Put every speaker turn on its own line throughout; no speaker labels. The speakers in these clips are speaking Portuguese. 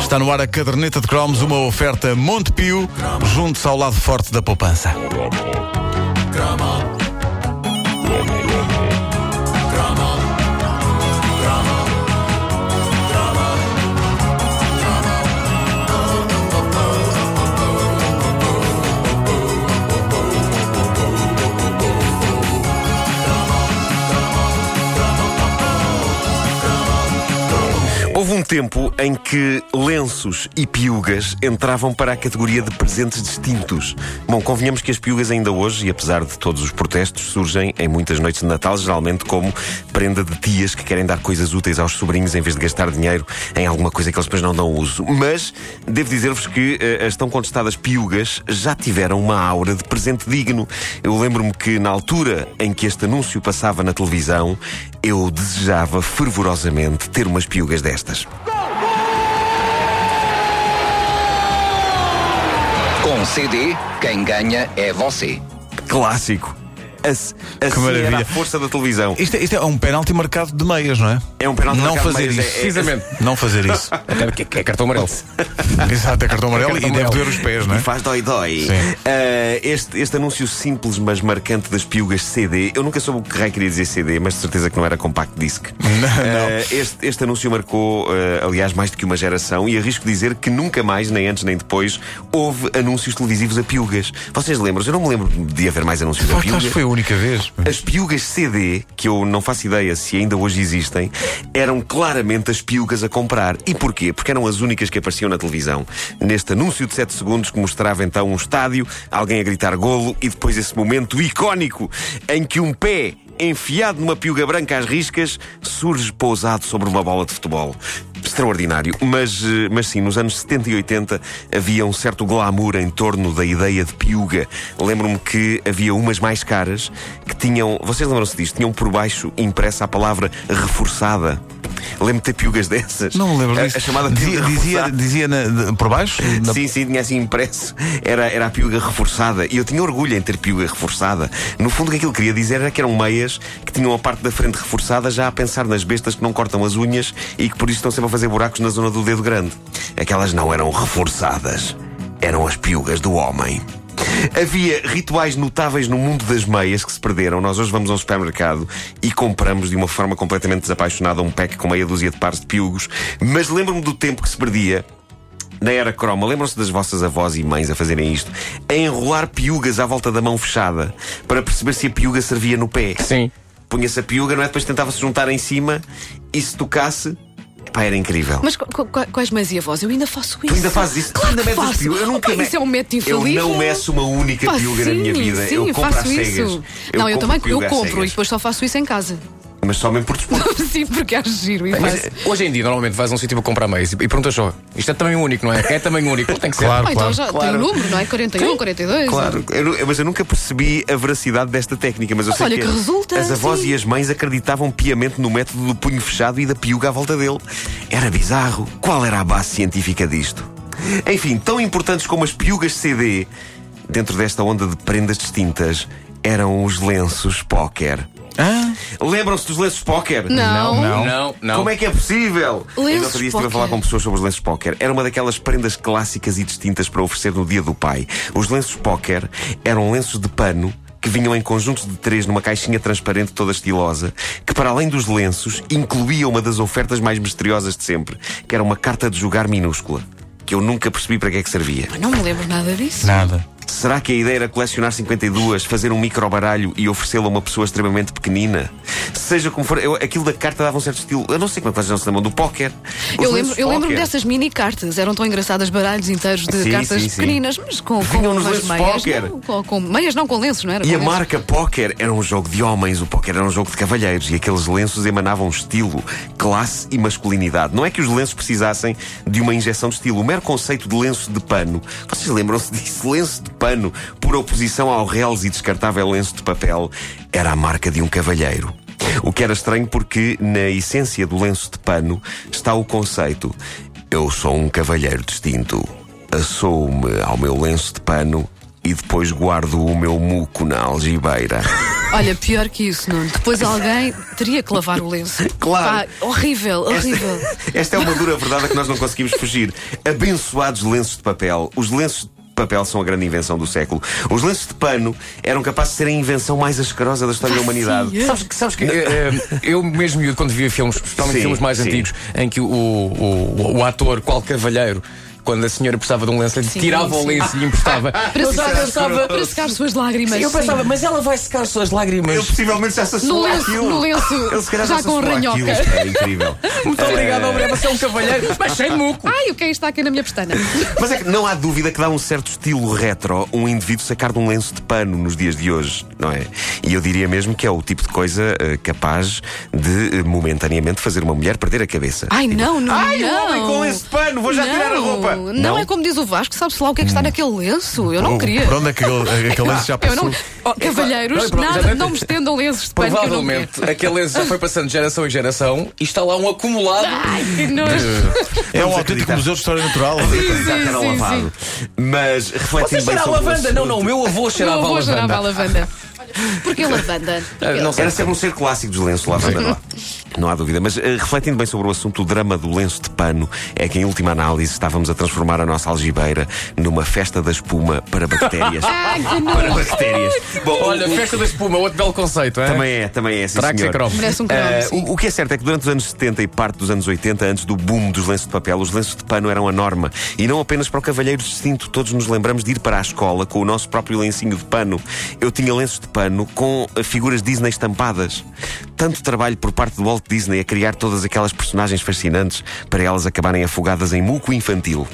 Está no ar a caderneta de cromos, uma oferta Montepio, junto ao lado forte da poupança.
Houve um tempo em que lenços e piugas entravam para a categoria de presentes distintos. Bom, convenhamos que as piugas ainda hoje, e apesar de todos os protestos, surgem em muitas noites de Natal, geralmente como prenda de tias que querem dar coisas úteis aos sobrinhos em vez de gastar dinheiro em alguma coisa que eles depois não dão uso. Mas devo dizer-vos que eh, as tão contestadas piugas já tiveram uma aura de presente digno. Eu lembro-me que na altura em que este anúncio passava na televisão, eu desejava fervorosamente ter umas piugas destas.
Com CD, quem ganha é você.
Clássico. A, a
Que maravilha.
era a força da televisão.
Isto é, isto é um penalti marcado de meias, não é?
É um penalti
Não
marcado de
fazer
meias,
isso.
é- Precisamente.
Não fazer isso.
É, cartão amarelo.
Exato, é cartão amarelo
É cartão
e deve
amarelo.
doer os pés, não
E
é?
faz dói-dói.
Sim.
Ah, este, este anúncio simples mas marcante das piugas CD, eu nunca soube o que Rai queria dizer CD, mas de certeza que não era compact disc. Ah, este, este anúncio marcou, ah, aliás, mais do que uma geração e arrisco dizer que nunca mais, nem antes nem depois, houve anúncios televisivos a piugas. Vocês lembram? Eu não me lembro de haver mais anúncios a
Pá,
piugas.
acho que foi a única vez.
As piugas CD, que eu não faço ideia se ainda hoje existem, eram claramente as piugas a comprar. E porquê? Porque eram as únicas que apareciam na televisão. Neste anúncio de 7 segundos que mostrava então um estádio, alguém a gritar golo e depois esse momento icónico em que um pé enfiado numa piuga branca às riscas surge pousado sobre uma bola de futebol. Extraordinário, mas, eh, mas sim, nos anos 70 e 80 havia um certo glamour em torno da ideia de piuga. Lembro-me que havia umas mais caras que tinham, vocês lembram-se disto? Tinham por baixo impressa a palavra reforçada. Lembro-me de ter piugas dessas.
Não me lembro
a,
disso.
a chamada
dizia,
piuga
dizia,
reforçada.
dizia na- de- por baixo? Na-
Sim, sim, tinha assim impresso. Era, era a piuga reforçada. E eu tinha orgulho em ter piuga reforçada. No fundo, o que aquilo queria dizer era que eram meias que tinham a parte da frente reforçada, já a pensar nas bestas que não cortam as unhas e que por isso estão sempre a fazer buracos na zona do dedo grande. Aquelas não eram reforçadas. Eram as piugas do homem. Havia rituais notáveis no mundo das meias que se perderam. Nós hoje vamos a um supermercado e compramos de uma forma completamente desapaixonada um pack com meia dúzia de pares de piugos. Mas lembro-me do tempo que se perdia. Na era croma, lembram-se das vossas avós e mães a fazerem isto? A enrolar piugas à volta da mão fechada para perceber se a piuga servia no pé.
Sim.
Punha-se a piuga, não é? Depois tentava-se juntar em cima e se tocasse. Pá, era incrível.
Mas qu- qu- quais mães e avós? Eu ainda faço isso.
Tu ainda fazes isso?
Claro
ainda
que
metes as
faço.
piugas? Eu nunca
Opa,
me-
Isso é um método infalível.
Eu não meço uma única
Pá,
piuga na
sim,
minha vida.
Sim,
eu compro
faço
às
isso.
cegas.
não, eu
compro
também eu
piuga às
compro e
cegas.
depois só faço isso em casa.
Mas só mesmo por desporto.
sim, porque acho giro e faço.
Hoje em dia, normalmente, vais a um sítio para comprar meias e, e perguntas só: isto é tamanho único, não é? É tamanho único, não tem que ser.
Claro.
Ah, então já
claro.
tem o número, não é? 41, 42.
Claro, eu nu- mas eu nunca percebi a veracidade desta técnica. Mas eu
Mas
sei
olha que resulta,
As avós
sim.
e as mães acreditavam piamente no método do punho fechado e da piuga à volta dele. Era bizarro. Qual era a base científica disto? Enfim, tão importantes como as piugas CD, dentro desta onda de prendas distintas, eram os lenços póquer.
Hã?
Lembram-se dos lenços póquer?
Não.
Não, não.
Como é que é possível?
Lenços
Ainda outro dia estive a
póquer.
falar com pessoas sobre os lenços póquer. Era uma daquelas prendas clássicas e distintas para oferecer no dia do pai. Os lenços póquer eram lenços de pano que vinham em conjuntos de três numa caixinha transparente toda estilosa, que para além dos lenços incluía uma das ofertas mais misteriosas de sempre, que era uma carta de jogar minúscula, que eu nunca percebi para que é que servia.
Não me lembro nada disso.
Nada.
Será que a ideia era colecionar 52, fazer um microbaralho e oferecê-lo a uma pessoa extremamente pequenina? Seja como for, eu- aquilo da carta dava um certo estilo. Eu não sei como é que vocês não se lembram do póquer. Os
Eu lembro,
lenços
eu lembro
póquer.
dessas mini cartas, eram tão engraçadas, baralhos inteiros de
Sim,
cartas
sim, sim.
pequeninas, mas com, com
Vinham nos
umas
lenços
meias.
póquer.
Não, com, com meias não, com lenços, não era?
E
Com
a
lenços.
marca póquer era um jogo de homens, o póquer era um jogo de cavalheiros e aqueles lenços emanavam um estilo, classe e masculinidade. Não é que os lenços precisassem de uma injeção de estilo, o mero conceito de lenço de pano. Vocês lembram-se disso? Lenço de pano, por oposição ao reles e descartável lenço de papel, era a marca de um cavalheiro. O que era estranho porque na essência do lenço de pano está o conceito: eu sou um cavalheiro distinto assoo-me ao meu lenço de pano e depois guardo o meu muco na algibeira.
Olha, pior que isso, Nuno. Depois alguém teria que lavar o lenço.
Claro.
Pá, horrível, horrível.
Esta, esta é uma dura verdade a que nós não conseguimos fugir. Abençoados lenços de papel. Os lenços de papel são a grande invenção do século. Os lenços de pano eram capazes de ser a invenção mais asquerosa da história da humanidade.
é.
Sabes que, sabes que eh, eh, eu mesmo miúdo, quando via filmes, especialmente
Sim,
filmes mais
sim.
antigos, em que o, o, o- o ator, qual cavalheiro, quando a senhora precisava de um lenço, lhe
Sim,
tirava
sim.
o lenço e lhe emprestava.
Para
eu já
secar,
pensava.
para secar suas lágrimas.
Eu
sim.
pensava, mas ela vai secar suas
Ele
lágrimas.
possivelmente já se assolou
lenço,
àquilo.
no lenço,
Ele se calhar
já
já se
com
assolou àquilo.
ranhoca.
É incrível.
Muito obrigado, obrigado. Você é um cavalheiro, mas sem muco.
Ai, o que é isto aqui na minha pestana?
Mas é que não há dúvida que dá um certo estilo retro um indivíduo sacar de um lenço de pano nos dias de hoje, não é? E eu diria mesmo que é o tipo de coisa eh, capaz de eh, momentaneamente fazer uma mulher perder a cabeça.
Ah,
Ai, não, não.
Ai, o
não.
homem com lenço de pano, vou já
Não,
tirar a roupa.
Não,
Não. Hum.
é como diz o Vasco, sabes lá o que é que está naquele lenço? Eu não queria.
Para onde é que aquele, aquele lenço já
Eu
passou?
não. Oh,
Não,
cavalheiros,
é pro-
nada,
exatamente.
não me estendam lenços de pano que eu não quero.
Provavelmente aquele lenço já foi passando de geração em geração e está lá um acumulado.
Ai, que nojo.
É um
Vamos
autêntico
acreditar.
museu de história natural.
Acreditar que era
sim,
lavado. Mas refletindo
Você
bem
cheira a
sobre o
lavanda. Não,
assunto,
não, o meu avô
Não
cheirava a
vou gerar a
lavanda.
lavanda. Porquê lavanda?
Ah, Não sei.
Era sempre um ser clássico dos lenços lavanda, não há, não há dúvida. Mas eh, refletindo bem sobre o assunto, o drama do lenço de pano é que, em última análise, estávamos a transformar a nossa algibeira numa festa da espuma para bactérias.
Ai,
para
que nojo.
bactérias. Bom,
Olha,
o- o-
festa da espuma, outro belo conceito, é?
Também é, também é, sim,
Terá que ser
senhor.
cromo.
Merece um
Ah,
cromo, sim.
o, o que é certo é que durante os anos 70 e parte dos anos 80, antes do boom dos lenços de papel, os lenços de pano eram a norma. E não apenas para o cavalheiro distinto, todos nos lembramos de ir para a escola com o nosso próprio lencinho de pano. Eu tinha lenços de pano com ah, figuras Disney estampadas. Tanto trabalho por parte do Walt Disney a criar todas aquelas personagens fascinantes para elas acabarem afogadas em muco infantil.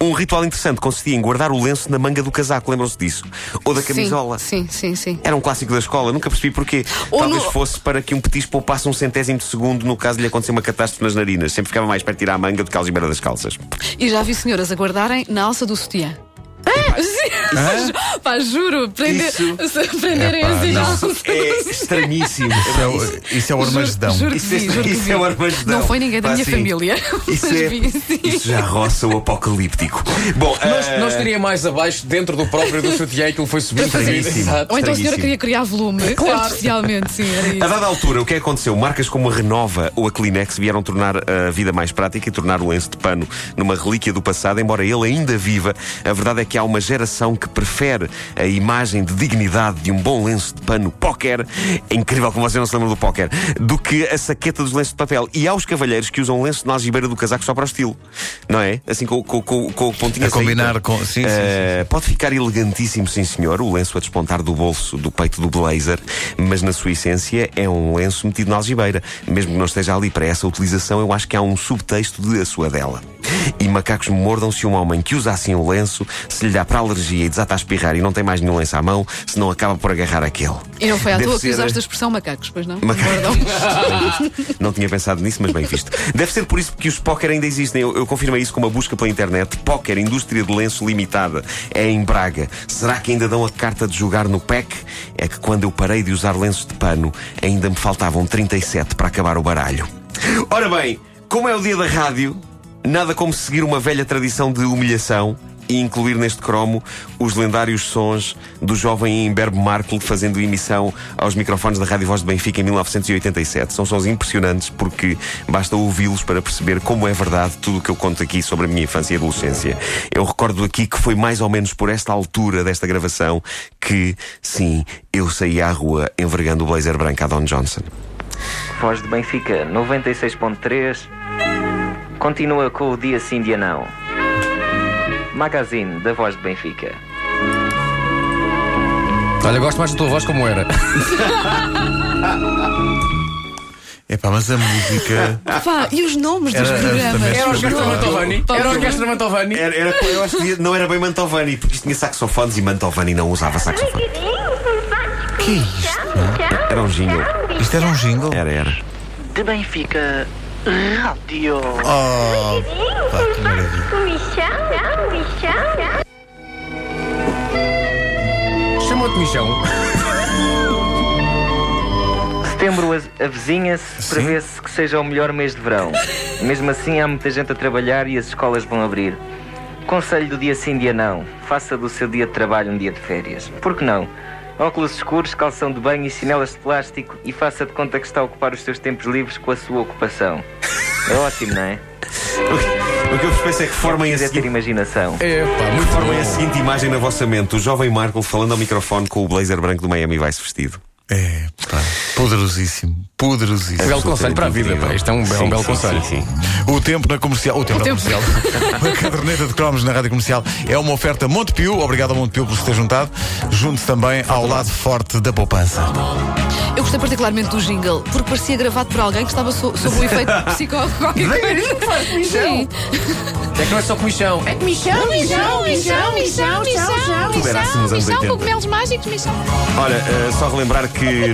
Um ritual interessante consistia em guardar o lenço na manga do casaco, lembram-se disso? Ou da camisola.
Sim, sim, sim. sim.
Era um clássico da escola, nunca percebi porquê.
Ou
Talvez
no-
fosse para que um petisco poupasse um centésimo de segundo no caso de lhe acontecer uma catástrofe nas narinas. Sempre ficava mais perto de tirar a manga do que a algibeira das calças.
E já vi senhoras a guardarem na alça do sutiã. Ah, sim, pá, juro, prender,
Isso.
se prenderem assim à alça.
É estranhíssimo.
Isso é o- Isso é o armagedão.
Juro que
Isso é-
vi, juro que
isso
vi.
é o armagedão.
um Não foi ninguém da
Pá,
minha
sim.
família.
Isso,
mas
é-
vi, sim.
isso já roça o apocalíptico. Bom,
Nós,
ah,
nós estaria mais abaixo, dentro do próprio do sutiã, que ele foi subindo.
Estranhíssimo.
subindo, exato.
Ou então a senhora
Estranhíssimo.
queria criar volume,
Claro.
artificialmente, sim, era
A
isso.
dada altura, o que é que aconteceu? Marcas como a Renova ou a Kleenex vieram tornar eh, a vida mais prática e tornar o lenço de pano numa relíquia do passado, embora ele ainda viva. A verdade é que há uma geração que prefere a imagem de dignidade de um bom lenço de pano póquer, é incrível como você não se lembra do póquer, do que a saqueta dos lenços de papel. E há os cavalheiros que usam lenço na algibeira do casaco só para o estilo, não é? Assim com, com, com, com o pontinho
A combinar
saída.
com- sim, sim,
Eh,
sim.
Uh, pode ficar elegantíssimo, sim senhor, o lenço a despontar do bolso do peito do blazer, mas na sua essência é um lenço metido na algibeira. Mesmo que não esteja ali para essa utilização, eu acho que há um subtexto de a sua dela. E macacos mordam se um homem que usa assim o lenço, se lhe dá para a alergia e desata a espirrar e não tem mais nenhum lenço à mão, se não acaba por agarrar aquele.
E não foi à
Deve
toa que
ser- é.
usaste a expressão macacos, pois não?
Maca-
Guardam.
Não tinha pensado nisso, mas bem visto. Deve ser por isso que os póquer ainda existem. Eu, eu confirmei isso com uma busca pela internet. Póquer, indústria de lenço limitada. É em Braga. Será que ainda dão a carta de jogar no PEC? É que quando eu parei de usar lenços de pano, ainda me faltavam 37 para acabar o baralho. Ora bem, como é o dia da rádio, nada como seguir uma velha tradição de humilhação e incluir neste cromo os lendários sons do jovem Imberbe Markle fazendo emissão aos microfones da Rádio Voz de Benfica em 1987. São sons impressionantes porque basta ouvi-los para perceber como é verdade tudo o que eu conto aqui sobre a minha infância e adolescência. Eu recordo aqui que foi mais ou menos por esta altura desta gravação que, sim, eu saí à rua envergando o blazer branco a Don Johnson.
Voz de Benfica 96.3 continua com o Dia Sim Dia Não. Magazine da Voz de Benfica.
Olha, gosto mais da tua voz como era.
É pá, mas a música.
Pá, e os nomes
Era-
dos
era
programas?
também
Era o
Os
É Orquestra
nomes.
Mantovani.
Pá,
Era o
os
Orquestra Mantovani.
Era, era- eu acho que não era bem Mantovani, porque isto tinha saxofones e Mantovani não usava saxofone.
Que é isto?
Era um jingle.
Isto era um jingle?
Era, era.
de Benfica Radio.
Oh, pá, que maravilha.
Chamou-te Michão.
Setembro a- avizinha-se, prevê-se que seja o melhor mês de verão. Mesmo assim, há muita gente a trabalhar e as escolas vão abrir. Conselho do dia sim, dia não. Faça do seu dia de trabalho um dia de férias. Por que não? óculos escuros, calção de banho e chinelas de plástico e faça de conta que está a ocupar os seus tempos livres com a sua ocupação. É ótimo, não é?
O que eu vos penso é que formem a
Quiser ter
seguinte,
imaginação.
Epá, É, muito
formem a
bom.
seguinte imagem na vossa mente: o jovem Marco falando ao microfone com o blazer branco do Miami Vice vestido.
É, pá, poderosíssimo, poderosíssimo.
Um belo conselho para a vida,
Incrível.
pá. Isto é um, be-
Sim,
um belo
sim,
conselho.
Sim, sim.
O tempo na comercial. O tempo, na comercial. a caderneta de cromos na rádio comercial é uma oferta Montepio. Obrigado a Montepio por se ter juntado. Junte-se também ao lado forte da poupança.
Eu gostei particularmente do jingle, porque parecia gravado por alguém que estava so- sob o efeito psicólogo qualquer coisa. Sim.
É que não é só comichão. É
Michão, Michão, Michão, Michão, Michão,
Tu verás-me assim nos anos
Michão,
80.
cogumelos mágicos, Michão.
Ora, eh, só relembrar que. no